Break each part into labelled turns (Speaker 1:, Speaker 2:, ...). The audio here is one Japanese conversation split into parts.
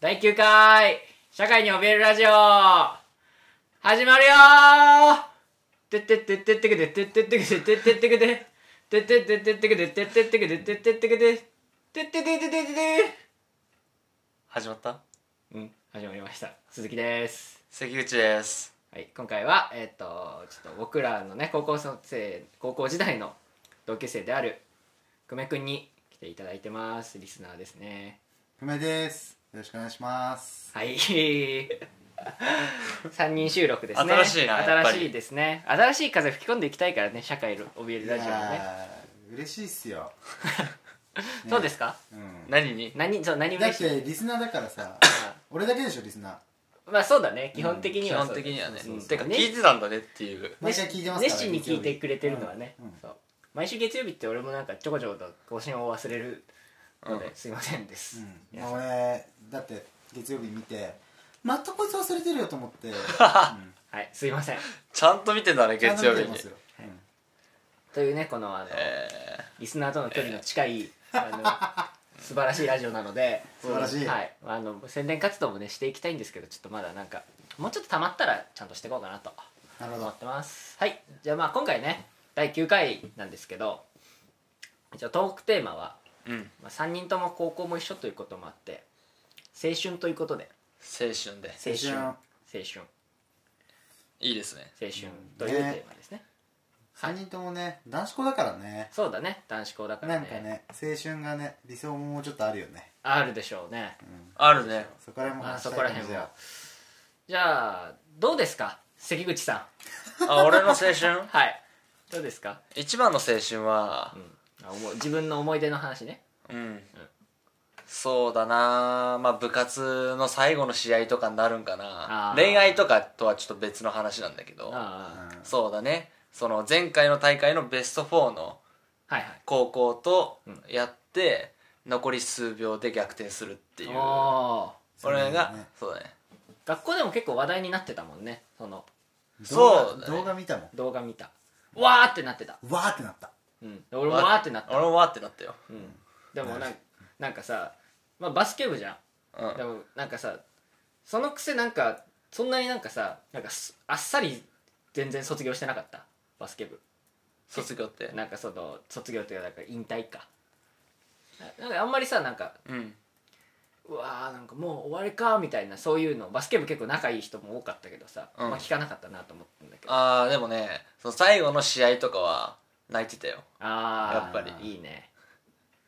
Speaker 1: 第9回社会に怯えるラジオ始まるよーてってってってってくでてってってくでてってってくでてってってってってくでてってってくでてってってくでてってってってって
Speaker 2: 始まった
Speaker 1: うん始まりました鈴木です
Speaker 2: 関口です
Speaker 1: はい今回はえっとちょっと僕らのね高校生高校時代の同級生である久米くんに来ていただいてますリスナーですね
Speaker 3: 久米ですよろしくお願いします
Speaker 1: はい。 三人収録ですね。
Speaker 2: 新しいなやっぱ
Speaker 1: 新
Speaker 2: り
Speaker 1: しいですね。新しい風吹き込んでいきたいからね、社会の怯えるラジオはね。
Speaker 3: やー嬉しいっすよ、ね
Speaker 1: そうですか。
Speaker 3: うん、
Speaker 2: 何に
Speaker 1: 何、そう、何
Speaker 3: だ
Speaker 1: 嬉
Speaker 3: っ
Speaker 1: しい。
Speaker 3: てリスナーだか らさ俺だけでしょリスナー
Speaker 1: まあ、そうだね。基本的に
Speaker 2: 基
Speaker 1: は
Speaker 2: 本
Speaker 1: そうだ。
Speaker 2: 的にはね
Speaker 1: そうそう
Speaker 2: てか
Speaker 1: ね
Speaker 2: 聞いてたんだねっていう
Speaker 3: 毎回聞いてますから
Speaker 1: 熱心に聞いてくれてるのはね
Speaker 3: うんうん。
Speaker 1: そう。毎週月曜日って俺もなんかちょこちょこと更新を忘れるの
Speaker 2: う
Speaker 1: で、すいませんです。
Speaker 3: うん、
Speaker 1: 皆さ
Speaker 3: まあ
Speaker 1: ん
Speaker 3: 俺だって月曜日見てまたこいつ忘れてるよと思 って、うん、
Speaker 1: はい、すいません。
Speaker 2: ちゃんと見てたね
Speaker 3: ちゃんと
Speaker 2: 月曜
Speaker 3: 見
Speaker 2: 日
Speaker 3: てま
Speaker 2: に
Speaker 3: すようん
Speaker 1: というね、この、あの、
Speaker 2: え
Speaker 1: リスナーとの距離の近 い、あの素晴らしいラジオなので
Speaker 3: 素晴らしい
Speaker 1: はい、あの宣伝活動もねしていきたいんですけどちょっとまだなんかもうちょっと溜まったらちゃんとしていこうかなと
Speaker 3: なるほ
Speaker 1: 思
Speaker 3: ど
Speaker 1: ってますはいじゃあまあ今回ね第9回なんですけど一応トークテーマは、
Speaker 2: ーうん
Speaker 1: まあ、3人とも高校も一緒ということもあって青春ということで
Speaker 2: 青春で
Speaker 1: 青
Speaker 3: 青
Speaker 1: 春青春
Speaker 2: いいですね
Speaker 1: 青春というテーマですね
Speaker 3: 3人ともね男子校だからね
Speaker 1: そうだね男子校だから
Speaker 3: なん
Speaker 1: ね
Speaker 3: かね青春がね理想ももうちょっとあるよね、
Speaker 1: あるでしょうね
Speaker 3: うん、
Speaker 2: あるね
Speaker 3: そこら辺も
Speaker 1: あ
Speaker 3: 話し
Speaker 1: そ
Speaker 3: たい
Speaker 1: こら
Speaker 3: 感じ
Speaker 1: 辺
Speaker 3: だ
Speaker 1: も
Speaker 3: よ
Speaker 1: じゃあどうですか関口さ
Speaker 2: あ俺の青春
Speaker 1: んはいどうですか、
Speaker 2: 一番の青春は
Speaker 1: あ思う自分の思い出の話ね
Speaker 2: うんそうだなまあ部活の最後の試合とかになるんか
Speaker 1: あ
Speaker 2: な
Speaker 1: ー
Speaker 2: 恋愛とかとはちょっと別の話なんだけど
Speaker 1: あ
Speaker 3: うん
Speaker 2: そうだねその前回の大会のベスト4の
Speaker 1: あはいはい
Speaker 2: 高校と
Speaker 1: ん
Speaker 2: やって、残り数秒で逆転するっていう
Speaker 1: おー
Speaker 2: 俺が
Speaker 3: そうだね
Speaker 2: そうだね
Speaker 1: 学校でも結構話題になってたもんねその
Speaker 2: そうだね
Speaker 3: 動画動画見たも
Speaker 1: 動画見たわーってなってた、
Speaker 3: んわーってなった
Speaker 1: うん、俺もわーってなった、
Speaker 2: 俺もわーってなったよ
Speaker 1: うん、でもなんなんかさ、まあ、バスケ部じゃ
Speaker 2: うん
Speaker 1: んでもなんかさそのくせなんかそんなになんかさなんかすあっさり全然卒業してなかったバスケ部
Speaker 2: 卒業って
Speaker 1: なんかその卒業というかなんか引退かななんかあんまりさなんか
Speaker 2: うん
Speaker 1: うわーなんかもう終わりかみたいなそういうのバスケ部結構仲いい人も多かったけどさ、
Speaker 2: うん
Speaker 1: まあ聞かなかったなと思ったんだけどあ
Speaker 2: ああでもねその最後の試合とかは泣いてたよ
Speaker 1: あー
Speaker 2: やっぱ
Speaker 1: いいね、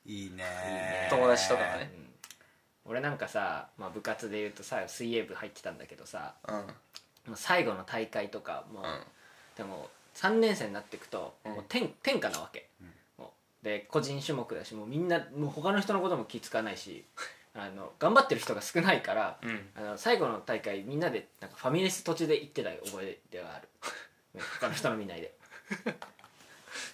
Speaker 3: いいね
Speaker 1: ね
Speaker 2: 友達とかが
Speaker 1: う
Speaker 2: ね
Speaker 1: ん、俺なんかさ、まあ、部活でいうとさ水泳部入ってたんだけどさ
Speaker 2: うん
Speaker 1: もう最後の大会とかもう、
Speaker 2: うん
Speaker 1: でも3年生になっていくと、
Speaker 2: うん
Speaker 1: もう天天下なわけ、
Speaker 3: うん
Speaker 1: もうで個人種目だしもうみんなもう他の人のことも気付かないしあの頑張ってる人が少ないから
Speaker 2: うん
Speaker 1: あの最後の大会みんなでなんかファミレス途中で行ってた覚えではあるね他の人の見ないで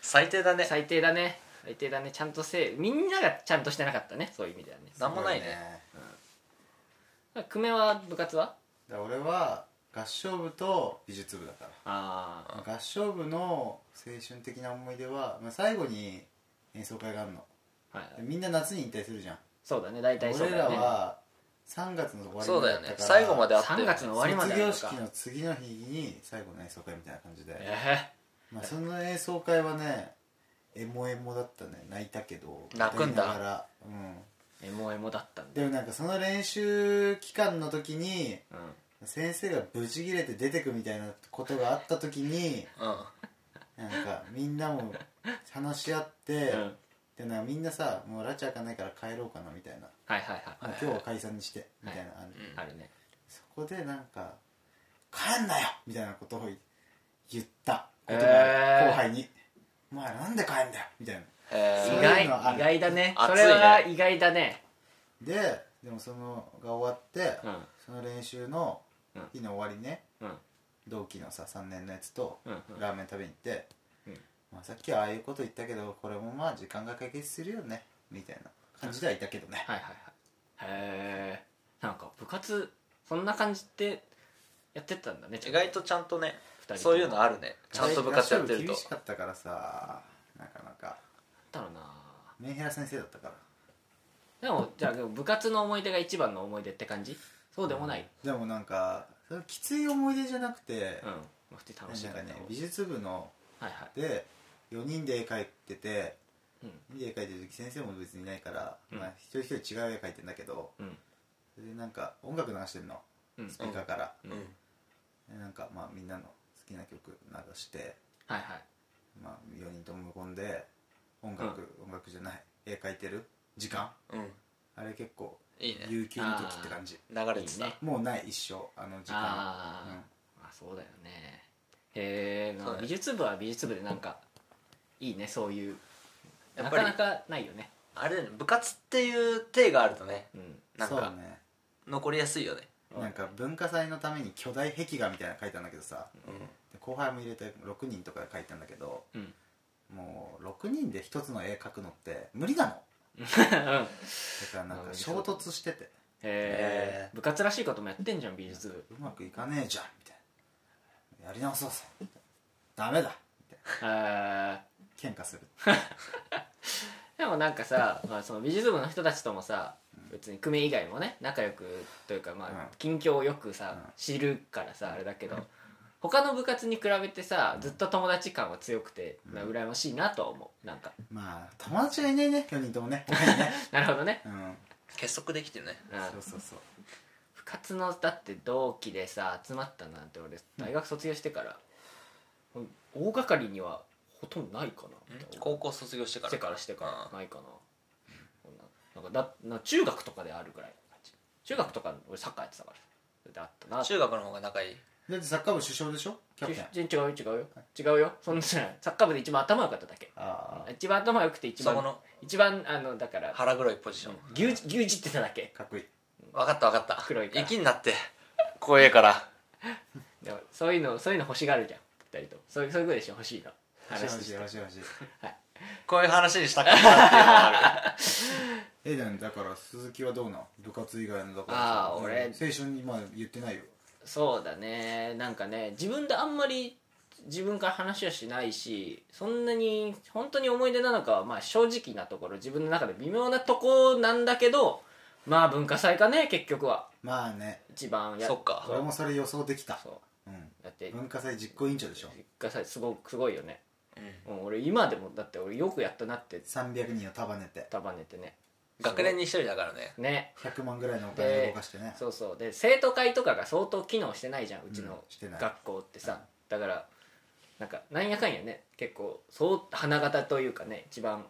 Speaker 2: 最低だね
Speaker 1: 最低だね最低だねちゃんとせいみんながちゃんとしてなかったねそういう意味ではね
Speaker 2: なんもないね
Speaker 3: すご
Speaker 1: 久米は部活は
Speaker 3: だから俺は合唱部と美術部だか
Speaker 1: ああ
Speaker 3: ら合唱部の青春的な思い出は、まあ、最後に演奏会があるの
Speaker 1: はいはい
Speaker 3: みんな夏に引退するじゃん
Speaker 1: そうだね大体そう
Speaker 3: 俺
Speaker 1: だ
Speaker 3: ら
Speaker 1: よね
Speaker 3: は3月の終わりに
Speaker 2: そうだよ
Speaker 3: や
Speaker 2: ね
Speaker 3: ったから
Speaker 2: 最後まであったよね
Speaker 1: 3月の終わりまで
Speaker 3: 卒
Speaker 1: やる
Speaker 3: 業
Speaker 1: のか
Speaker 3: 式の次の日に最後の演奏会みたいな感じで、
Speaker 1: え
Speaker 3: まあ、その演奏会はねエモエモだったね泣いたけど
Speaker 2: 泣くんだ
Speaker 3: 歌いながら、う
Speaker 1: えエモエモだったん
Speaker 3: ん、
Speaker 1: だ
Speaker 3: でもなんかその練習期間の時に
Speaker 1: うん
Speaker 3: 先生がブチ切れて出てくみたいなことがあった時に
Speaker 2: うん
Speaker 3: なんかみんなも話し合って、
Speaker 1: うん
Speaker 3: でなんかみんなさもうラチ開かないから帰ろうかなみたいな、
Speaker 1: はいはいは
Speaker 3: もう今日は解散にしてみたいな、あの
Speaker 1: いあるね
Speaker 3: そこでなんか「帰んなよ!」みたいなことを言ったことが、
Speaker 1: えー
Speaker 3: 後輩に「お前なんで帰んだよ!」みたいな
Speaker 2: え
Speaker 3: そう
Speaker 1: 意
Speaker 3: いう
Speaker 1: 外意
Speaker 3: のある
Speaker 1: 外だね
Speaker 2: 熱
Speaker 1: そ
Speaker 2: いね
Speaker 1: れは意外だね
Speaker 3: ででもそのが終わって、
Speaker 1: うん
Speaker 3: その練習の日の終わりね、
Speaker 1: うん
Speaker 3: 同期のさ3年のやつと
Speaker 1: うんうん
Speaker 3: ラーメン食べに行って、
Speaker 1: うん
Speaker 3: まあ、さっきはああいうこと言ったけどこれもまあ時間が解決するよねみたいな感じではいたけどね、
Speaker 1: はいはいはいへえんか部活そんな感じってやってたんだね
Speaker 2: ー意外とちゃんとね
Speaker 1: 二人とも
Speaker 2: そういうのあるねちゃんと部活やってる
Speaker 3: 厳
Speaker 2: と
Speaker 3: しかったからさなかなか
Speaker 1: だろうな
Speaker 3: メンヘラ先生だったから
Speaker 1: でもじゃあ部活の思い出が一番の思い出って感じそうでもない
Speaker 3: でもなんかそれきつい思い出じゃなくて
Speaker 1: うん、まあ普通に楽しい
Speaker 3: なん
Speaker 1: か
Speaker 3: から
Speaker 1: ね
Speaker 3: ね美術部の
Speaker 1: はいはい
Speaker 3: で4人で絵描いてて、
Speaker 1: うん
Speaker 3: 4人で絵描いてる時先生も別にいないから、
Speaker 1: うん
Speaker 3: まあ、一人一人違う絵描いてんだけど
Speaker 1: うん
Speaker 3: それでなんか音楽流してんの
Speaker 1: うん
Speaker 3: スピーカーから、
Speaker 1: うん
Speaker 3: でなんかまあみんなの好きな曲流して、
Speaker 1: はいはい
Speaker 3: まあ、4人とも無言で音楽、音楽じゃない絵描いてる時間
Speaker 2: うん
Speaker 3: あれ結構
Speaker 2: いいね
Speaker 3: 悠久の時って感じ
Speaker 2: 流れて
Speaker 1: いい
Speaker 2: た
Speaker 1: ね
Speaker 3: もうない一生あの時間
Speaker 1: あ
Speaker 3: うん
Speaker 1: あ、まあそうだよねへえ
Speaker 2: そうだね
Speaker 1: 美術部は美術部でなんかいいねそういう
Speaker 2: や
Speaker 1: な
Speaker 2: っぱ
Speaker 1: か
Speaker 2: り
Speaker 1: なかないよね
Speaker 2: あれだよね部活っていう体があるとね
Speaker 1: うん
Speaker 2: なん
Speaker 3: そう
Speaker 2: か
Speaker 3: ね
Speaker 2: 残りやすいよね
Speaker 3: なんか文化祭のために巨大壁画みたいなの書いたんだけどさ
Speaker 2: う
Speaker 3: で後輩も入れて6人とかで書いたんだけど
Speaker 1: うん
Speaker 3: もう6人で1つの絵描くのって無理なのだ
Speaker 1: へ
Speaker 3: からなんか衝突してて
Speaker 1: え
Speaker 2: へ
Speaker 1: 部活らしいこともやってんじゃん美術部
Speaker 3: うまくいかねえじゃんみたいなやり直そうぜダメだみたい
Speaker 1: あー
Speaker 3: な喧嘩する
Speaker 1: でもなんかさ、まあ、その美術部の人たちともさ別に久米以外もね仲良くというかまあ
Speaker 3: うん
Speaker 1: 近況をよくさ、
Speaker 3: うん
Speaker 1: 知るからさあれだけど他の部活に比べてさずっと友達感は強くて、
Speaker 3: ん
Speaker 1: まあ、羨ましいなとは思うなんか
Speaker 3: まあ友達がいないね4人ともね他にね
Speaker 1: なるほどね、
Speaker 3: うん
Speaker 2: 結束できてるね
Speaker 1: うん、
Speaker 3: そうそうそう
Speaker 1: 部活のだって同期でさ集まったなんて俺大学卒業してから、大掛かりにはほとんどないかな
Speaker 2: 高校卒業してから
Speaker 1: してからしてからないかななんかだなんか中学とかであるぐらいの感じ中学とか俺サッカーやってたからそれであった
Speaker 2: う
Speaker 1: なん
Speaker 2: 中学の方が仲いい
Speaker 3: だってサッカー部主将でしょキャプテン
Speaker 1: 全然違うよ違うよ違うよそんなじゃないサッカー部で一番頭良かっただけ
Speaker 3: あ
Speaker 1: 一番頭良くて一
Speaker 2: そこ
Speaker 1: 番
Speaker 2: の
Speaker 1: 一番あのだから
Speaker 2: 腹黒いポジション
Speaker 1: 牛耳牛耳ってただけ
Speaker 3: あかっこいい
Speaker 2: 分かった分か
Speaker 1: 黒い
Speaker 2: っ
Speaker 1: か
Speaker 2: た
Speaker 1: ら
Speaker 2: 息になって怖えから
Speaker 1: でもそういうのそういうの欲しがるじゃん二人ともそういうそういうことでしょ欲しいの
Speaker 3: 欲しい
Speaker 1: 話
Speaker 3: 欲
Speaker 1: と
Speaker 3: し
Speaker 1: し
Speaker 3: い
Speaker 1: て
Speaker 3: 欲しい欲しい
Speaker 2: こういう話にしたかったっていうのがある
Speaker 3: えでもだから鈴木はどうなん部活以外のだから
Speaker 1: あー俺
Speaker 3: 青春にまあ言ってないよ
Speaker 1: そうだねなんかね自分であんまり自分から話はしないしそんなに本当に思い出なのかはまあ正直なところ自分の中で微妙なとこなんだけどまあ文化祭かね結局は
Speaker 3: まあね
Speaker 1: 一番や
Speaker 2: そっか
Speaker 3: 俺もそれ予想できた
Speaker 1: そう
Speaker 3: うん
Speaker 1: だって
Speaker 3: 文化祭実行委員長でしょ
Speaker 1: 文化祭すごくすごいよね、
Speaker 2: うん
Speaker 1: うん、俺今でもだって俺よくやったなって
Speaker 3: 300人を束ねて
Speaker 1: 束ねてね
Speaker 2: 学年に一人だからね
Speaker 1: ね
Speaker 3: 100万ぐらいのお金を動かしてね
Speaker 1: そうそうで生徒会とかが相当機能してないじゃんうち
Speaker 3: うん
Speaker 1: の
Speaker 3: してない
Speaker 1: 学校ってさ、だからなんかなんやかんやね結構そう花形というかね一番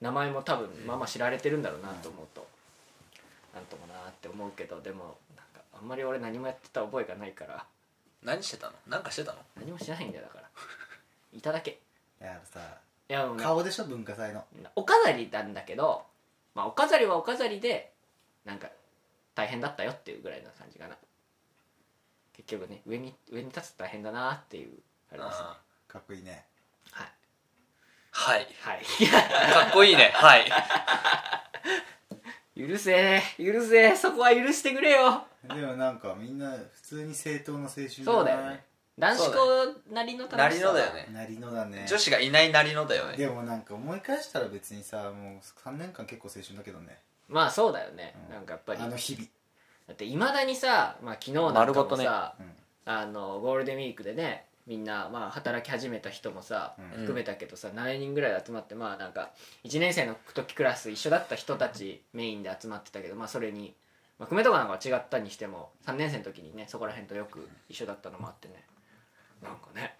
Speaker 1: 名前も多分まあまあ知られてるんだろうなと思うと、なんともなーって思うけどでもなんかあんまり俺何もやってた覚えがないから
Speaker 2: 何してたの何かしてたの
Speaker 1: 何もしないんだよだからいただけ
Speaker 3: いやさ
Speaker 1: いやもうね
Speaker 3: 顔でしょ文化祭の
Speaker 1: お飾りなんだけど、まあ、お飾りはお飾りでなんか大変だったよっていうぐらいな感じかな結局ね上に上に立つと大変だなっていうあれですね
Speaker 2: あ
Speaker 3: かっこいいね
Speaker 1: はい
Speaker 2: ーはい
Speaker 1: は
Speaker 2: かっこいいねはい
Speaker 1: い 許せえ許せえそこは許してくれよ
Speaker 3: でもなんかみんな普通に正当な青春じゃない
Speaker 1: そうだよね男子校なりの
Speaker 2: な
Speaker 1: 楽し
Speaker 2: り
Speaker 1: さは
Speaker 2: のだよね
Speaker 3: なりのだね
Speaker 2: 女子がいないなりのだよね
Speaker 3: でもなんか思い返したら別にさもう3年間結構青春だけどね
Speaker 1: まあそうだよね、
Speaker 3: うん
Speaker 1: なんかやっぱり
Speaker 3: あ
Speaker 1: だ
Speaker 3: の日々
Speaker 1: っていまだにさ、まあ、昨日なんか
Speaker 2: 丸ご
Speaker 1: も
Speaker 2: とね
Speaker 1: さ、
Speaker 3: うん
Speaker 1: あのゴールデンウィークでねみんな、まあ、働き始めた人もさ、
Speaker 3: うん
Speaker 1: 含めたけどさ7人ぐらいで集まってまあなんか1年生の時クラス一緒だった人たちメインで集まってたけどまあそれに、まあ、久米とかなんかは違ったにしても3年生の時にねそこら辺とよく一緒だったのもあってねなんかね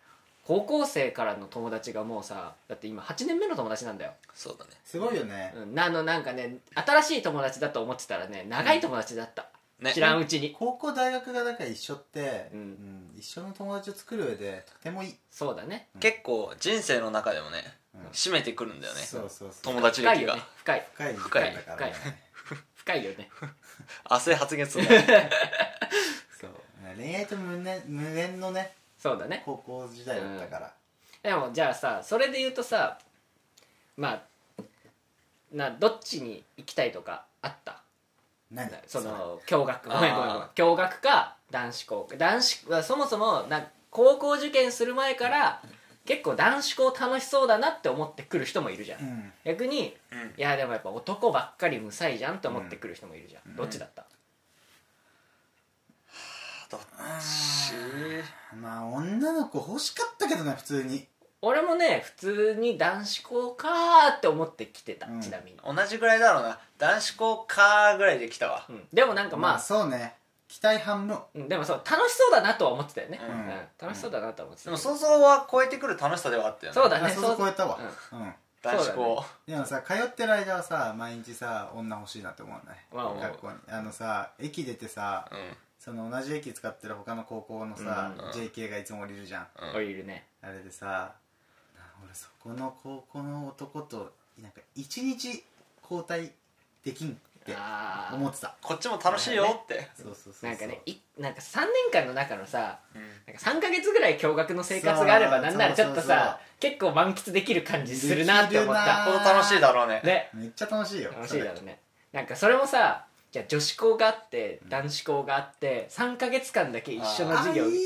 Speaker 1: 高校生からの友達がもうさだって今8年目の友達なんだよ、
Speaker 2: そうだね
Speaker 3: すごいよね
Speaker 1: うん、なあのなんかね新しい友達だと思ってたらね長い友達だった、
Speaker 2: ね
Speaker 1: 知らんうちに
Speaker 3: 高校大学がだから一緒って、
Speaker 1: うん
Speaker 3: うん一緒の友達を作る上でとてもいい、
Speaker 1: そうだね
Speaker 2: 結構人生の中でもね
Speaker 3: うん
Speaker 2: 締めてくるんだよね
Speaker 3: そうそうそう
Speaker 2: 友達
Speaker 1: 深い
Speaker 2: 歴
Speaker 1: よね
Speaker 2: が
Speaker 1: 深い
Speaker 3: 深い時間だからね
Speaker 1: 深いよね
Speaker 2: 汗発言するね
Speaker 3: そう恋愛と無縁無縁のね
Speaker 1: そうだね
Speaker 3: 高校時代だったから、
Speaker 1: でもじゃあさそれで言うとさまあなどっちに行きたいとかあった
Speaker 3: 何
Speaker 1: その共学
Speaker 2: あー
Speaker 1: ごめんごめんごめん共学か男子校男子はそもそもな高校受験する前から結構男子校楽しそうだなって思ってくる人もいるじゃん、
Speaker 3: うん
Speaker 1: 逆に
Speaker 2: うん
Speaker 1: いやでもやっぱ男ばっかりむさいじゃんって思ってくる人もいるじゃん、どっちだった、
Speaker 2: どっち
Speaker 3: まあ女の子欲しかったけどね普通に
Speaker 1: 俺もね普通に男子校かーって思ってきてた、
Speaker 3: うん
Speaker 1: ちなみに、
Speaker 2: 同じぐらいだろうな男子校かぐらいで来たわ
Speaker 1: うん、でもなんか
Speaker 3: ま
Speaker 1: ま
Speaker 3: あ
Speaker 1: あ、
Speaker 3: そうね期待半分
Speaker 1: うんでもそう楽しそうだなとは思ってたよね、
Speaker 2: う
Speaker 1: うんん楽しそうだなとは思ってた
Speaker 2: でも想像は超えてくる楽しさではあったよね
Speaker 1: そうだね
Speaker 3: あ想像
Speaker 1: そう
Speaker 3: 超えたわうん、
Speaker 2: 男子校
Speaker 3: でもさ通ってる間はさ毎日さ女欲しいなって思わない
Speaker 1: わあわあ
Speaker 3: 学校にあのさ駅出てさ
Speaker 2: うん
Speaker 3: その同じ駅使ってる他の高校のさ、
Speaker 2: うん
Speaker 3: JK がいつも降りるじゃん
Speaker 2: うん
Speaker 1: おいるね
Speaker 3: あれでさな俺そこの高校の男となんか一日交代できんって
Speaker 1: あ
Speaker 3: 思ってた
Speaker 2: こっちも楽しいよって
Speaker 3: そうそうそうそう
Speaker 1: なんかねいなんか3年間の中のさ
Speaker 2: うん
Speaker 1: なんか3ヶ月ぐらい驚愕の生活があれば
Speaker 3: そう
Speaker 1: なんならちょっと
Speaker 3: そうそうそう
Speaker 1: さ結構満喫できる感じするなって思っ
Speaker 3: できる
Speaker 1: た
Speaker 2: ここ楽しいだろうね
Speaker 1: ね
Speaker 3: めっちゃ楽しいよ
Speaker 1: 楽しいだろうねなんかそれもさじゃあ女子校があって男子校があって3ヶ月間だけ一緒の
Speaker 3: あ
Speaker 1: 授業
Speaker 3: いい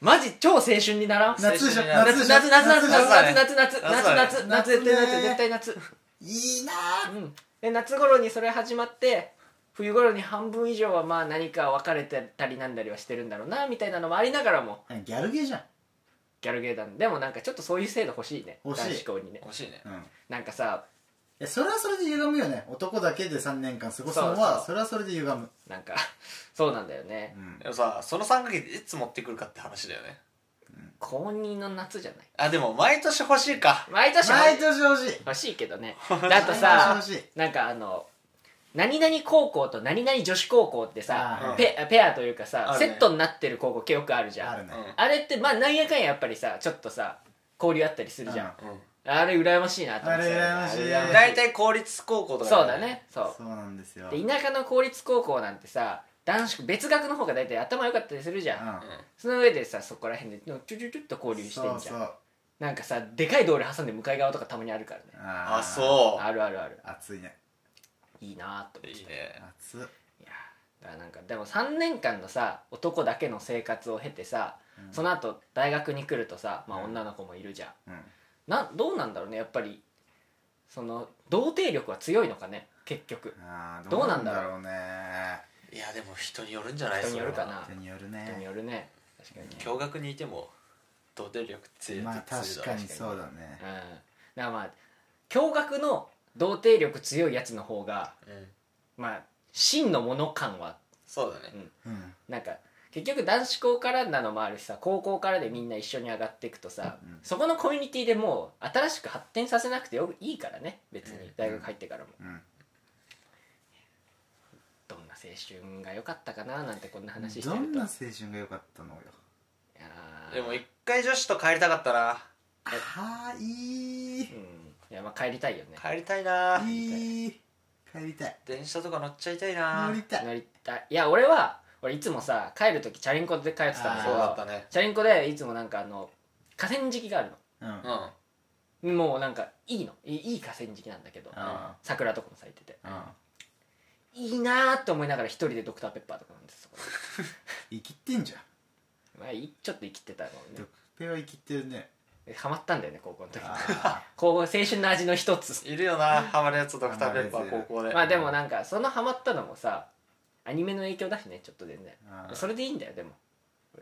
Speaker 1: マジ超青春にならん
Speaker 3: 夏でし
Speaker 2: 青春
Speaker 3: ょ
Speaker 2: になる
Speaker 1: 夏夏夏夏夏夏夏夏夏夏夏夏夏絶対夏
Speaker 3: 夏ね
Speaker 1: 絶対夏
Speaker 3: いいな
Speaker 1: うんで夏頃にそれ始まって冬頃に半分以上はまあ何か別れてたりなんだりはしてるんだろうなみたいなのもありながらも
Speaker 3: ギャルゲーじゃん
Speaker 1: ギャルゲーだでもなんかちょっとそういう制度欲しいね
Speaker 3: 欲しい
Speaker 1: 男子校にね
Speaker 2: 欲しいね
Speaker 3: うん
Speaker 1: なんかさ
Speaker 3: いやそれはそれで歪むよね男だけで3年間過ごすの
Speaker 1: そ
Speaker 3: は
Speaker 1: うそう
Speaker 3: それはそれで歪む、
Speaker 1: なんかそうなんだよね
Speaker 3: うん
Speaker 2: でもさその3ヶ月いつ持ってくるかって話だよね
Speaker 1: 公認の夏じゃない
Speaker 2: あでも毎年欲しいか
Speaker 1: 毎年
Speaker 3: 毎年欲しい
Speaker 1: 欲しいけどね
Speaker 2: だ
Speaker 1: だと
Speaker 3: 毎
Speaker 1: さ
Speaker 3: 年欲しい
Speaker 1: なんかあの何々高校と何々女子高校って
Speaker 3: あーは
Speaker 1: さ
Speaker 2: い
Speaker 1: ペペアというかさ、
Speaker 2: あるね
Speaker 1: セットになってる高校よくあるじゃん
Speaker 3: あ
Speaker 1: あ,、
Speaker 3: るね
Speaker 2: うん
Speaker 1: れってまあなんやかんややっぱりさちょっとさ交流あったりするじゃん、
Speaker 2: うん
Speaker 1: あれ羨ましいなと思ってたよね
Speaker 3: あれ羨ましい
Speaker 1: あれ羨ま
Speaker 2: 大体公立高校とか
Speaker 1: そうだねそ
Speaker 3: そうなんですよ
Speaker 1: うで田舎の公立高校なんてさ男子別学の方が大体頭良かったりするじゃん、
Speaker 2: うん
Speaker 1: その上でさそこら辺でチュチュチュっと
Speaker 3: う
Speaker 1: 交流してんじゃん
Speaker 3: そうそう
Speaker 1: なんかさでかい道路挟んで向かい側とかたまにあるからね
Speaker 3: あ
Speaker 2: あそ
Speaker 1: あるあるある
Speaker 3: う暑いね
Speaker 1: いいなと
Speaker 2: う
Speaker 1: 思って
Speaker 2: い
Speaker 1: い
Speaker 2: いね
Speaker 3: 暑
Speaker 1: いやだからなんかでも3年間のさ男だけの生活を経てさ、
Speaker 3: うん
Speaker 1: その後大学に来るとさ、まあ、
Speaker 3: うん
Speaker 1: 女の子もいるじゃん、
Speaker 3: うん
Speaker 1: なんどうなんだろうねやっぱりその童貞力は強いのかね結局
Speaker 3: あー
Speaker 1: どうなんだ
Speaker 3: ろうね
Speaker 2: いやでも人によるんじゃない
Speaker 1: 人によるか
Speaker 2: それは
Speaker 1: な
Speaker 3: 人による
Speaker 1: 人に
Speaker 3: ね
Speaker 1: よるね確かにね
Speaker 2: 共学にいても童貞力強い
Speaker 3: まあ
Speaker 2: 強いだ
Speaker 3: 確かにそうだね
Speaker 1: うんだからまあ驚愕の童貞力強いやつの方が
Speaker 2: うん
Speaker 1: まあ真のもの感は
Speaker 2: そうだね
Speaker 3: うん
Speaker 1: なんか結局男子校からなのもあるしさ高校からでみんな一緒に上がっていくとさ、
Speaker 3: うん
Speaker 1: そこのコミュニティでもう新しく発展させなくてよいいからね別
Speaker 2: う
Speaker 1: に
Speaker 2: ん
Speaker 1: 大学入ってからも、
Speaker 3: うん
Speaker 1: どんな青春が良かったかななんてこんな話して
Speaker 3: ど
Speaker 1: ると
Speaker 3: んな青春が良かったのよ
Speaker 1: いやー
Speaker 2: でも一回女子と帰りたかったな
Speaker 3: はーいい
Speaker 1: うんいやまあ帰りたいよね
Speaker 2: 帰りたいな
Speaker 3: 帰りたい帰りたい
Speaker 2: 電車とか乗っちゃいたいな
Speaker 3: 乗りたい
Speaker 1: 乗りたいいや俺は俺いつもさ帰る時チャリンコで帰ってたんだけ
Speaker 2: そうだった
Speaker 1: ど
Speaker 2: ね
Speaker 1: チャリンコでいつもなんかあの河川敷がある
Speaker 3: うん
Speaker 2: うんあ
Speaker 1: のもうなんかいいのいいいい河川敷なんだけど
Speaker 3: あー
Speaker 1: 桜とかも咲いてて
Speaker 3: うん
Speaker 1: いいなーって思いながら一人でドクターペッパーとか飲んでたそこで
Speaker 3: 生きてんじゃん
Speaker 1: まあいちょっと生きてたの
Speaker 3: ドクペは生きて るね
Speaker 1: ねハマったんだよね高校の時
Speaker 3: あ
Speaker 1: 高校青春の味の一つ
Speaker 2: いるよなハマるやつドクターペッパ
Speaker 3: ハマ
Speaker 2: ー
Speaker 3: るや
Speaker 2: 高
Speaker 3: つ
Speaker 2: 校で
Speaker 1: まあでもなんかそのハマったのもさアニメの影響だしねちょっと全然
Speaker 3: あ
Speaker 1: それでいいんだよでも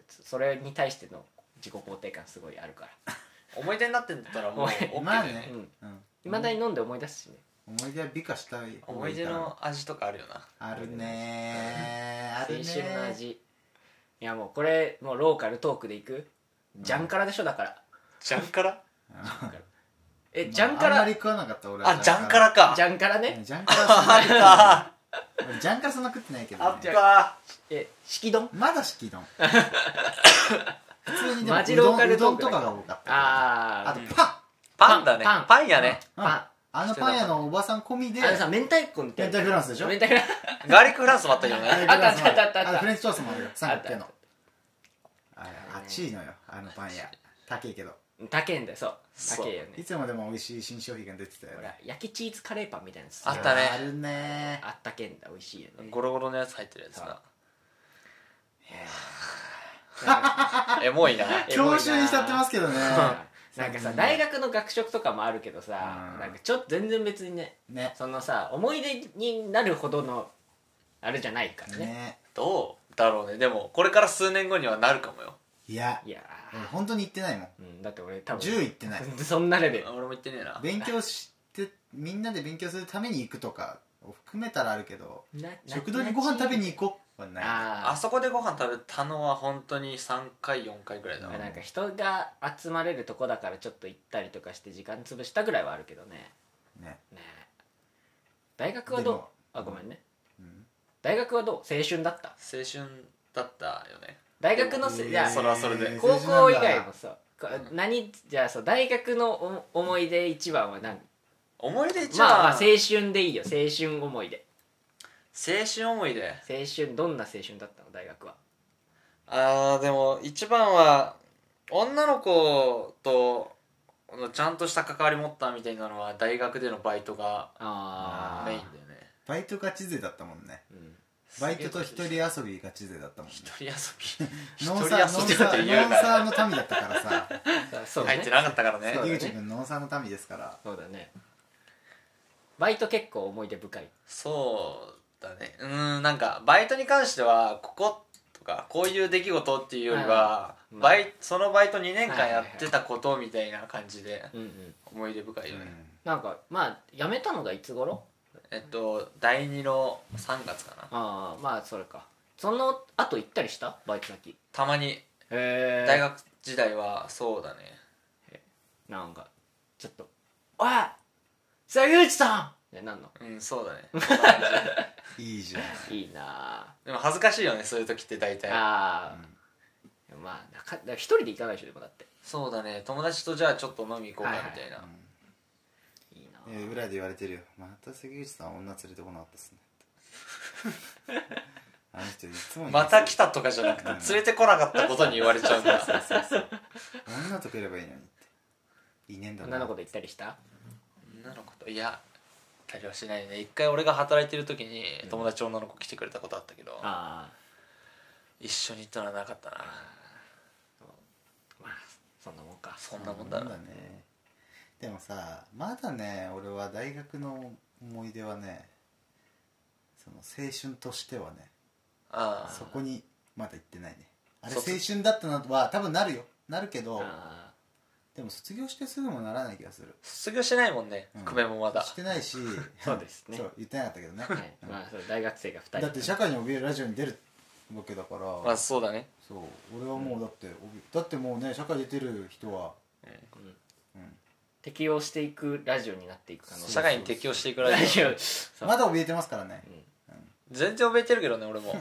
Speaker 1: それに対しての自己肯定感すごいあるから
Speaker 2: 思い出になってんだったらもう
Speaker 1: おい
Speaker 2: OK
Speaker 3: まあ
Speaker 2: だよ
Speaker 3: ね
Speaker 2: ね
Speaker 1: うん
Speaker 3: うん
Speaker 1: いまだに飲んで思い出すしね
Speaker 3: 思い出は美化したい
Speaker 2: 思い出の味とかあるよな
Speaker 3: あるねーあ
Speaker 1: 青
Speaker 3: るね
Speaker 1: 春の
Speaker 3: ー
Speaker 1: 味いやもうこれもうローカルトークでいくジャンカラでしょだから
Speaker 2: ジャンカラ
Speaker 3: うん
Speaker 1: えジャン
Speaker 3: あ
Speaker 1: カ
Speaker 3: んま
Speaker 1: ラ
Speaker 3: り
Speaker 1: ジ
Speaker 3: 食わなかった俺は
Speaker 2: あジャンカラか
Speaker 1: ャンカラ
Speaker 3: う
Speaker 1: ね
Speaker 3: んジャンカラそんな食って ない俺ジャンカラそんな食ってないけどね
Speaker 2: あった
Speaker 1: え式丼
Speaker 3: まだ 式丼普通にでも
Speaker 1: マ
Speaker 3: う
Speaker 1: ジ
Speaker 3: ど
Speaker 1: ロ
Speaker 3: ん
Speaker 1: ーカル
Speaker 3: うど
Speaker 1: トー
Speaker 3: ん
Speaker 1: ク
Speaker 3: と
Speaker 1: だ
Speaker 3: かが多かったから
Speaker 1: ああ
Speaker 3: あとパ
Speaker 2: パンだね
Speaker 1: パン
Speaker 2: パンやね
Speaker 3: ンうん
Speaker 1: パ
Speaker 3: あのパン屋のおばさん込みで
Speaker 1: ンあのさ明太子みた
Speaker 3: 明
Speaker 1: いな
Speaker 3: 太フランスでしょ
Speaker 1: 明太フランス
Speaker 2: ガーリックフランスもあったけど
Speaker 3: あれ
Speaker 2: ね
Speaker 1: あったあったあったあった
Speaker 3: あれフレンチトーストもあるよ三角形の
Speaker 1: あっ
Speaker 3: あれ熱いのよあのパン屋高いけど
Speaker 1: 高えんだよそう
Speaker 2: そう
Speaker 1: 高えよ
Speaker 3: い
Speaker 1: ね
Speaker 3: つもでも美味しい新商品が出てたよ
Speaker 1: ほ
Speaker 3: ね
Speaker 1: ら焼きチーズカレーパンみたいなやつ
Speaker 2: あったね
Speaker 3: あるね
Speaker 1: あったけんだ美味しいよね
Speaker 2: ゴロゴロのやつ入ってるやつな
Speaker 1: なんか
Speaker 2: エモいな
Speaker 1: エモいな
Speaker 3: 教習に浸ってますけどね
Speaker 1: うんなんかさ大学の学食とかもあるけどさ、
Speaker 3: うん
Speaker 1: なんかちょっと全然別にね
Speaker 3: ね
Speaker 1: そのさ思い出になるほどのあれじゃないからね
Speaker 3: ね
Speaker 2: どうだろうねでもこれから数年後にはなるかもよ
Speaker 3: いや
Speaker 1: いや
Speaker 3: 俺本当に行ってないもん
Speaker 1: ー、うん、だって俺多分
Speaker 3: 10行ってない
Speaker 1: そんなレベル
Speaker 2: 俺も言ってねえな
Speaker 3: 勉強してみんなで勉強するために行くとかを含めたらあるけど
Speaker 1: なな
Speaker 3: 食堂にご飯食べに行こうはない
Speaker 1: あ
Speaker 2: あそこでご飯食べたのは本当に3回4回ぐらいだ
Speaker 1: あ
Speaker 2: わ
Speaker 1: なんか人が集まれるとこだからちょっと行ったりとかして時間潰したぐらいはあるけどね
Speaker 3: ね
Speaker 1: ね大学はどうあごめんね
Speaker 3: うん
Speaker 1: 大学はどう青春だった
Speaker 2: 青春だったよね
Speaker 1: 大学の
Speaker 3: え
Speaker 1: せ
Speaker 3: ー
Speaker 1: いや
Speaker 2: それはそれで
Speaker 1: 高校以外
Speaker 3: 青
Speaker 1: も
Speaker 3: 春
Speaker 1: さこ何じゃあそう大学のお思い出一番は何
Speaker 2: 思い出一番、
Speaker 1: まあまあ青
Speaker 2: 青
Speaker 1: 春でいいよ青春思い出
Speaker 2: 春思い出
Speaker 1: 青春どんな青春だったの大学は
Speaker 2: あーでも一番は女の子とのちゃんとした関わり持ったみたいなのは大学でのバイトが
Speaker 1: あ
Speaker 2: メインだ
Speaker 1: で、
Speaker 2: よね
Speaker 3: バイトガチ勢だったもんね
Speaker 1: うん
Speaker 3: バイトと一人遊びガチ勢だったもんね
Speaker 2: 一人遊び一
Speaker 3: ノン
Speaker 2: 人
Speaker 3: サーノン
Speaker 2: 遊び
Speaker 3: サ
Speaker 2: って
Speaker 3: ー
Speaker 2: 言
Speaker 3: ノ
Speaker 2: う
Speaker 3: ン
Speaker 2: な
Speaker 3: サーの民だったからさ
Speaker 1: あそうだ
Speaker 2: 入っ
Speaker 1: ね
Speaker 2: てなかったから ね
Speaker 1: そうだ
Speaker 3: 井
Speaker 1: ね
Speaker 3: 口君ノンサーの民ですから
Speaker 1: そうだねバイト結構思い出深い
Speaker 2: そうだねうーんなんかバイトに関してはこことかこういう出来事っていうよりは、
Speaker 1: うん
Speaker 2: バイそのバイト2年
Speaker 1: は
Speaker 2: 間
Speaker 1: いはい
Speaker 2: や
Speaker 1: はい
Speaker 2: ってたことみたいな感じで
Speaker 1: うんうん
Speaker 2: 思い出深いよね、
Speaker 3: う
Speaker 1: なんかまあ辞めたのがいつ頃
Speaker 2: えっと第2の3月かな
Speaker 1: ああまあそれかその後行ったりしたバイト先へ
Speaker 2: たまに
Speaker 1: え
Speaker 2: 大学時代はそうだね
Speaker 1: なんかちょっと「おい杉内さん!」ってなんの
Speaker 2: うんそうだね
Speaker 3: んいいじゃん
Speaker 1: いいな
Speaker 2: でも恥ずかしいよねそういう時って大
Speaker 1: あ、
Speaker 2: 体
Speaker 1: ああまあなかだから一人で行かないでしょでもだって
Speaker 2: そうだね友達とじゃあちょっと飲み行こうかみたいな、
Speaker 1: いいな
Speaker 3: うんいや裏で言われてるよまた関口さん女連れてこなかったっすね あの人いつもいい
Speaker 2: また来たとかじゃなくて連れてこなかったことに言われちゃうんだ
Speaker 3: 女と来ればいいのにっていねえんだ
Speaker 1: 女の子
Speaker 3: で
Speaker 1: と行ったりした
Speaker 2: 女の子といやたりはしないね一回俺が働いてる時に友達女の子来てくれたことあったけど、
Speaker 1: あ
Speaker 2: 一緒に行ったのはなかったな
Speaker 1: あまあそんなもんか
Speaker 2: そんなもんだな、
Speaker 3: ねでもさまだね俺は大学の思い出はねその青春としてはね
Speaker 2: あ
Speaker 3: そ
Speaker 2: あ
Speaker 3: こにまだ行ってないねあれ青
Speaker 2: 卒
Speaker 3: 春だったなとは多分なるよなるけど
Speaker 1: あ
Speaker 3: でも卒業してすぐもならない気がする
Speaker 2: 卒業してないもんね
Speaker 3: うん
Speaker 2: 久米、もまだ
Speaker 3: してないし
Speaker 1: そうですね
Speaker 3: そう言ってなかったけどね、
Speaker 1: あはいまあそう大学生が2人
Speaker 3: だって社会に怯えるラジオに出るわけだから、
Speaker 2: まあそうだね
Speaker 3: そう俺はもうだって、怯だってもうね社会出てる人は、うん
Speaker 1: 適応していくラジオになっていく可能性
Speaker 2: 社会に適応していくら
Speaker 1: ラ
Speaker 2: い
Speaker 1: ジオそう
Speaker 3: まだ怯えてますからね
Speaker 2: 全然怯えてるけどね俺 も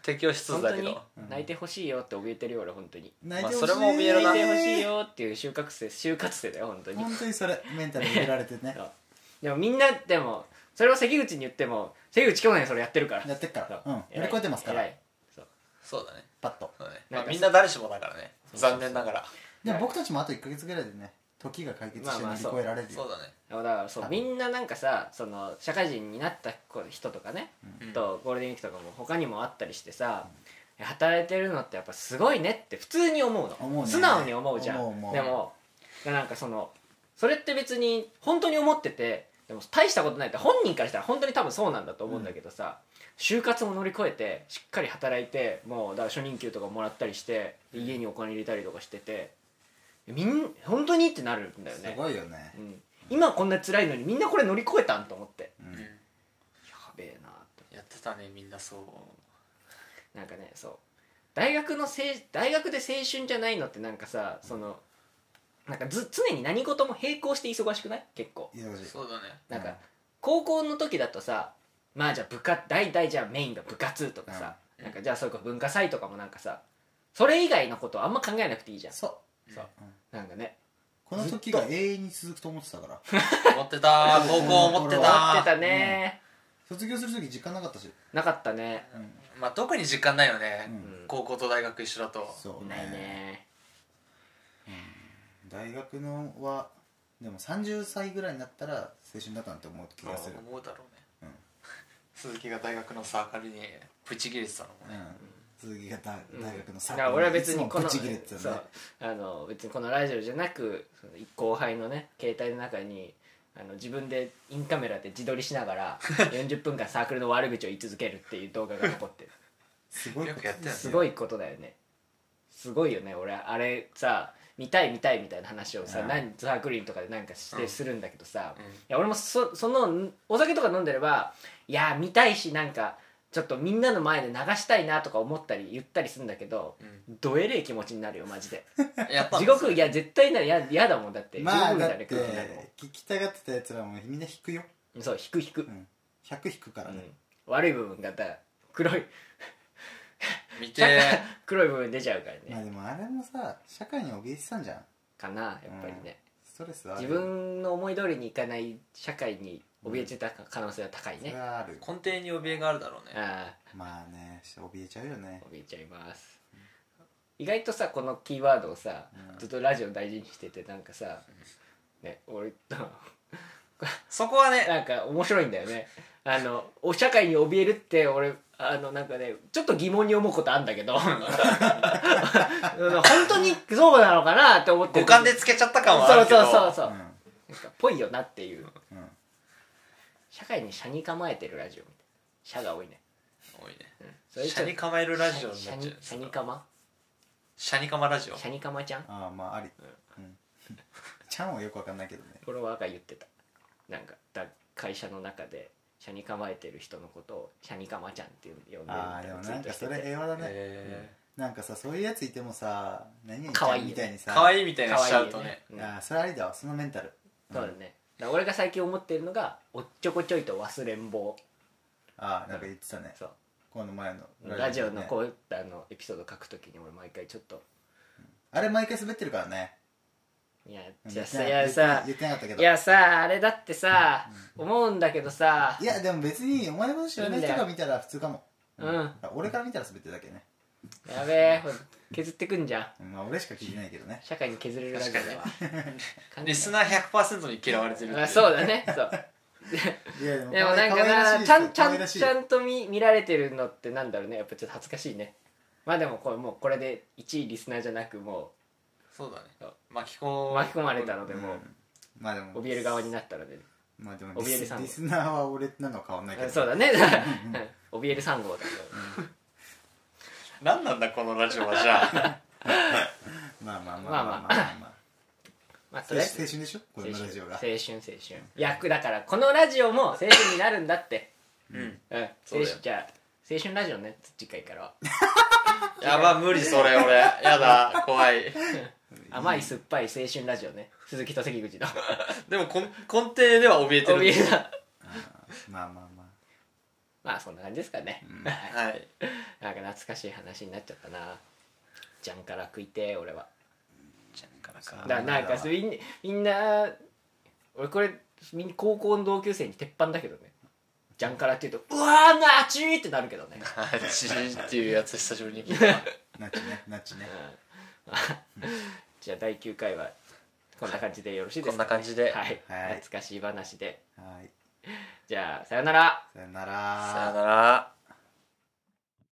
Speaker 2: 適応しつ
Speaker 1: 本
Speaker 2: つ
Speaker 1: 当
Speaker 2: だけ
Speaker 1: に
Speaker 2: ど
Speaker 1: 泣いてほしいよって怯えてるよ俺本当に
Speaker 3: 泣いてほしい、
Speaker 2: まあそれも怯えるな
Speaker 1: 泣いてほしいよっていう就活生就活生だよ本当に
Speaker 3: 本当にそれメンタル入れられて ね
Speaker 1: そうでもみんなでもそれを関口に言っても関口去年それやってるから
Speaker 3: やってっから
Speaker 1: そう
Speaker 3: うん乗り越えてますから
Speaker 1: 偉いそう
Speaker 2: そうだね
Speaker 3: パッと
Speaker 2: そうだね、
Speaker 1: なんか
Speaker 2: まあ、みんな誰しもだからね
Speaker 1: そうそうそう
Speaker 2: 残念ながら
Speaker 3: でも
Speaker 1: はい
Speaker 3: 僕たちもあと1か月ぐらいでね時が解決して
Speaker 1: まあまあ
Speaker 3: 乗り越
Speaker 1: そう
Speaker 3: えられるよ、
Speaker 2: そうだね
Speaker 1: だからそう
Speaker 3: 多分
Speaker 1: みんななんかさその社会人になった子人とかね、
Speaker 2: うん
Speaker 1: とゴールデンウィークとかも他にもあったりしてさ、働いてるのってやっぱすごいねって普通に思うの
Speaker 3: 思うね
Speaker 1: 素直に思うじゃん
Speaker 3: 思う思う
Speaker 1: でもなんかそのそれって別に本当に思っててでも大したことないって本人からしたら本当に多分そうなんだと思うんだけどさ、就活も乗り越えてしっかり働いてもうだから初任給とかもらったりして家にお金入れたりとかしててみん本当にってなるんだよね
Speaker 3: すごいよね
Speaker 1: う、ん、今こんな辛いのにみんなこれ乗り越えたんと思って
Speaker 3: うん
Speaker 2: うん
Speaker 1: やべえなと
Speaker 2: やってたねみんなそう
Speaker 1: なんかねそう大学のせい大学で青春じゃないのってなんかさそのなんかず常に何事も並行して忙しくない結構
Speaker 3: 忙しい
Speaker 2: そうだね
Speaker 1: なん
Speaker 3: うん
Speaker 1: か高校の時だとさまあじゃあ部活大体じゃあメインが部活とかさ、
Speaker 2: うん
Speaker 1: なんかじゃあそれこそ文化祭とかもなんかさそれ以外のことはあんま考えなくていいじゃん
Speaker 3: そう
Speaker 1: そうなんかね
Speaker 3: この時が永遠に続くと思ってたから
Speaker 2: 思ってた高校思って
Speaker 3: あ
Speaker 1: 思
Speaker 2: た
Speaker 1: ってたね、
Speaker 3: 卒業する時時間なかったし、
Speaker 1: なかったね
Speaker 3: うん
Speaker 2: まあ特に実感ないよね、
Speaker 3: うん
Speaker 1: うん
Speaker 2: 高校と大学一緒だと
Speaker 3: そう
Speaker 1: ないね
Speaker 3: 大学のはでも30歳ぐらいになったら青春だったなって思う気がする、
Speaker 2: 思うだろうね、
Speaker 3: うん
Speaker 2: 鈴木が大学のサークルにプチ切れてたのも
Speaker 3: うん
Speaker 2: ね、、
Speaker 3: 鈴木がだ
Speaker 1: うん
Speaker 3: 大学の
Speaker 1: だから俺は別
Speaker 3: いつ
Speaker 1: に
Speaker 3: も
Speaker 1: この
Speaker 3: ブチ切れてた
Speaker 1: そ
Speaker 3: ね
Speaker 1: うあの別にこのラジオじゃなくその後輩のね携帯の中にあの自分でインカメラで自撮りしなが ら40分間サークルの悪口を言い続けるっていう動画が残ってる
Speaker 3: すごい
Speaker 2: よくやってたね
Speaker 1: すご
Speaker 3: い
Speaker 1: いことだよねすごいよね俺あれさ見たい見たいみたいな話をさ、
Speaker 3: うん
Speaker 1: 何サークル員とかでなんかして
Speaker 2: うん
Speaker 1: するんだけどさ、
Speaker 2: うん
Speaker 1: いや俺もそそのんお酒とか飲んでればいや見たいしなんかちょっとみんなの前で流したいなとか思ったり言ったりするんだけどどえれえ気持ちになるよマジで
Speaker 2: や ったの
Speaker 1: 地獄いや絶対なや嫌だもんだって地
Speaker 3: まあ
Speaker 1: 獄み
Speaker 3: だ
Speaker 1: た
Speaker 3: っ
Speaker 1: いな
Speaker 3: て
Speaker 1: 空気になるも
Speaker 3: 聞きたがってたやつらもみんな引くよ、
Speaker 1: んそう引く引く、
Speaker 3: うん、100引くから
Speaker 1: う
Speaker 3: ね、
Speaker 1: ん悪い部分がだから黒い
Speaker 2: 見て
Speaker 1: だから 黒い部分出ちゃうからね、
Speaker 3: まあでもあれもさ社会に怯えてたんじゃん
Speaker 1: かなやっぱりね、
Speaker 3: ストレスはある
Speaker 1: 自分の思い通りにいかない社会に怯えてた可能性は高い
Speaker 3: それ
Speaker 1: ね、
Speaker 3: はある
Speaker 2: 根底に怯えがあるだろうね
Speaker 1: あ
Speaker 3: まあね怯えちゃうよね
Speaker 1: あ怯えちゃいます意外とさこのキーワードをさ、
Speaker 3: うん
Speaker 1: ずっとラジオ大事にしててなんかさ、ね俺と
Speaker 2: そこはね
Speaker 1: なんか面白いんだよねあのお社会に怯えるって俺あのなんかねちょっと疑問に思うことあんだけど 本当にそうなのかなって思って
Speaker 2: 五
Speaker 1: る
Speaker 2: 感でつけちゃった感はあ
Speaker 1: そう
Speaker 2: るけど
Speaker 1: そうそうそうう、なんかぽいよなっていう
Speaker 3: うんうん
Speaker 1: 社会に斜に構えてるラジオみたいな社が多いね
Speaker 2: 多いね
Speaker 1: それち
Speaker 2: シャ
Speaker 1: ょっ
Speaker 2: ニ
Speaker 1: と
Speaker 2: 構えるラジオになっちゃう
Speaker 1: シャニカマ
Speaker 2: シャニカマラジオ
Speaker 1: シャニカマちゃん
Speaker 3: ああまああり、うん、 ちゃんはよくわかんないけどね
Speaker 1: フォロワーが言ってたなんかだ会社の中でシャニ構えてる人のことをシャニカマちゃんって呼んでるみたい
Speaker 3: ああで
Speaker 1: な
Speaker 3: も
Speaker 1: ツイ
Speaker 3: な
Speaker 1: ー
Speaker 3: ん
Speaker 1: ト
Speaker 3: か
Speaker 1: して
Speaker 3: そ
Speaker 1: て
Speaker 3: れ平和だね、
Speaker 2: え
Speaker 3: なんかさそういうやついてもさ何々ち
Speaker 1: かわ
Speaker 3: ゃ
Speaker 1: いいよ
Speaker 3: ん
Speaker 1: ね
Speaker 3: みたいに
Speaker 2: ー
Speaker 3: さ
Speaker 2: かわいいみたいな
Speaker 1: 可愛
Speaker 2: しち
Speaker 1: い
Speaker 2: ゃ
Speaker 1: よ
Speaker 2: うとね
Speaker 1: うん
Speaker 3: ああそれありだわそのメンタル
Speaker 1: そうだねだから俺が最近思ってるのがおっちょこちょいと忘れん坊
Speaker 3: ああなんか言ってたね
Speaker 1: そう
Speaker 3: この前の
Speaker 1: ラジオ
Speaker 3: でね
Speaker 1: のこういったあのエピソード書くときに俺毎回ちょっと
Speaker 3: あれ毎回滑ってるからね
Speaker 1: いや
Speaker 3: うん
Speaker 1: じゃあ
Speaker 3: 言って
Speaker 1: さ
Speaker 3: ないい
Speaker 1: やさ
Speaker 3: 言ってなかったけど
Speaker 1: いやさあれだってさ思うんだけどさ
Speaker 3: いやでも別にお前の知らない人が見たら普通かも、
Speaker 1: うん
Speaker 3: 俺から見たら滑ってるだけね、
Speaker 1: やべえほん削ってくんじゃん
Speaker 3: うんまあ、俺しか聞いてないけどね
Speaker 1: 社会に削れるラジオだわ
Speaker 2: リスナー100%に嫌われてるってい
Speaker 1: あそうだねそう
Speaker 3: いやでも
Speaker 1: でもなんか
Speaker 3: 可愛らし
Speaker 1: ないちゃんち
Speaker 3: 可
Speaker 1: ゃ
Speaker 3: 愛ら
Speaker 1: ん
Speaker 3: しい
Speaker 1: ちゃんと見見られてるのってなんだろうねやっぱちょっと恥ずかしいねまあでもこれもうこれで1位リスナーじゃなくも
Speaker 2: そうだね
Speaker 1: そう
Speaker 2: 巻き込
Speaker 1: う巻き込まれたのでも
Speaker 3: うんまあでも
Speaker 1: う怯える側になったので
Speaker 3: まあでもリ
Speaker 1: 怯える
Speaker 3: ス
Speaker 1: さん
Speaker 3: リスナーは俺なのは変わんないけど、
Speaker 1: あそうだね うん怯える3号だ
Speaker 2: 何なんだこのラジオはじゃあ
Speaker 3: まあまあまあまあまあまあ、まあ、
Speaker 1: まあと
Speaker 3: 青
Speaker 1: りあえ
Speaker 3: 春
Speaker 1: ず
Speaker 3: 青春でしょこ
Speaker 1: 青春
Speaker 3: のラ
Speaker 1: 青
Speaker 3: ジオが
Speaker 1: 春青春役だからこのラジオも青春になるんだって
Speaker 2: うん
Speaker 1: うん青
Speaker 2: そう
Speaker 1: 春
Speaker 2: だよ
Speaker 1: じゃあ青春ラジオね次回からは
Speaker 2: やば無理それ俺やだ怖い
Speaker 1: 甘い酸っぱい青春ラジオね鈴木と関口の
Speaker 2: でもこん根底では怯えてる
Speaker 1: 怯えた
Speaker 3: まあまあまあ
Speaker 1: まあそんな感じですかね、
Speaker 3: ん
Speaker 1: はい
Speaker 2: はい
Speaker 1: なんか懐かしい話になっちゃったなジャンから食いてえ俺は
Speaker 2: じゃあなかな
Speaker 3: あ
Speaker 2: か
Speaker 1: だ
Speaker 3: ー
Speaker 1: なんかみんみんな俺これみんな高校の同級生に鉄板だけどねジャンからって言うと「うわーなちー!」ってなるけどね、
Speaker 2: あっちっていうやつ久しぶりに聞いたな
Speaker 3: ナチねナチね
Speaker 1: うんじゃあ第9回はこんな感じでよろしいで
Speaker 2: こ
Speaker 1: す
Speaker 2: ん
Speaker 1: か、
Speaker 2: な感じで、
Speaker 1: はい、
Speaker 3: はい
Speaker 1: 懐かしい話で
Speaker 3: はい
Speaker 1: じゃあさよなら
Speaker 3: さよなら
Speaker 2: さよなら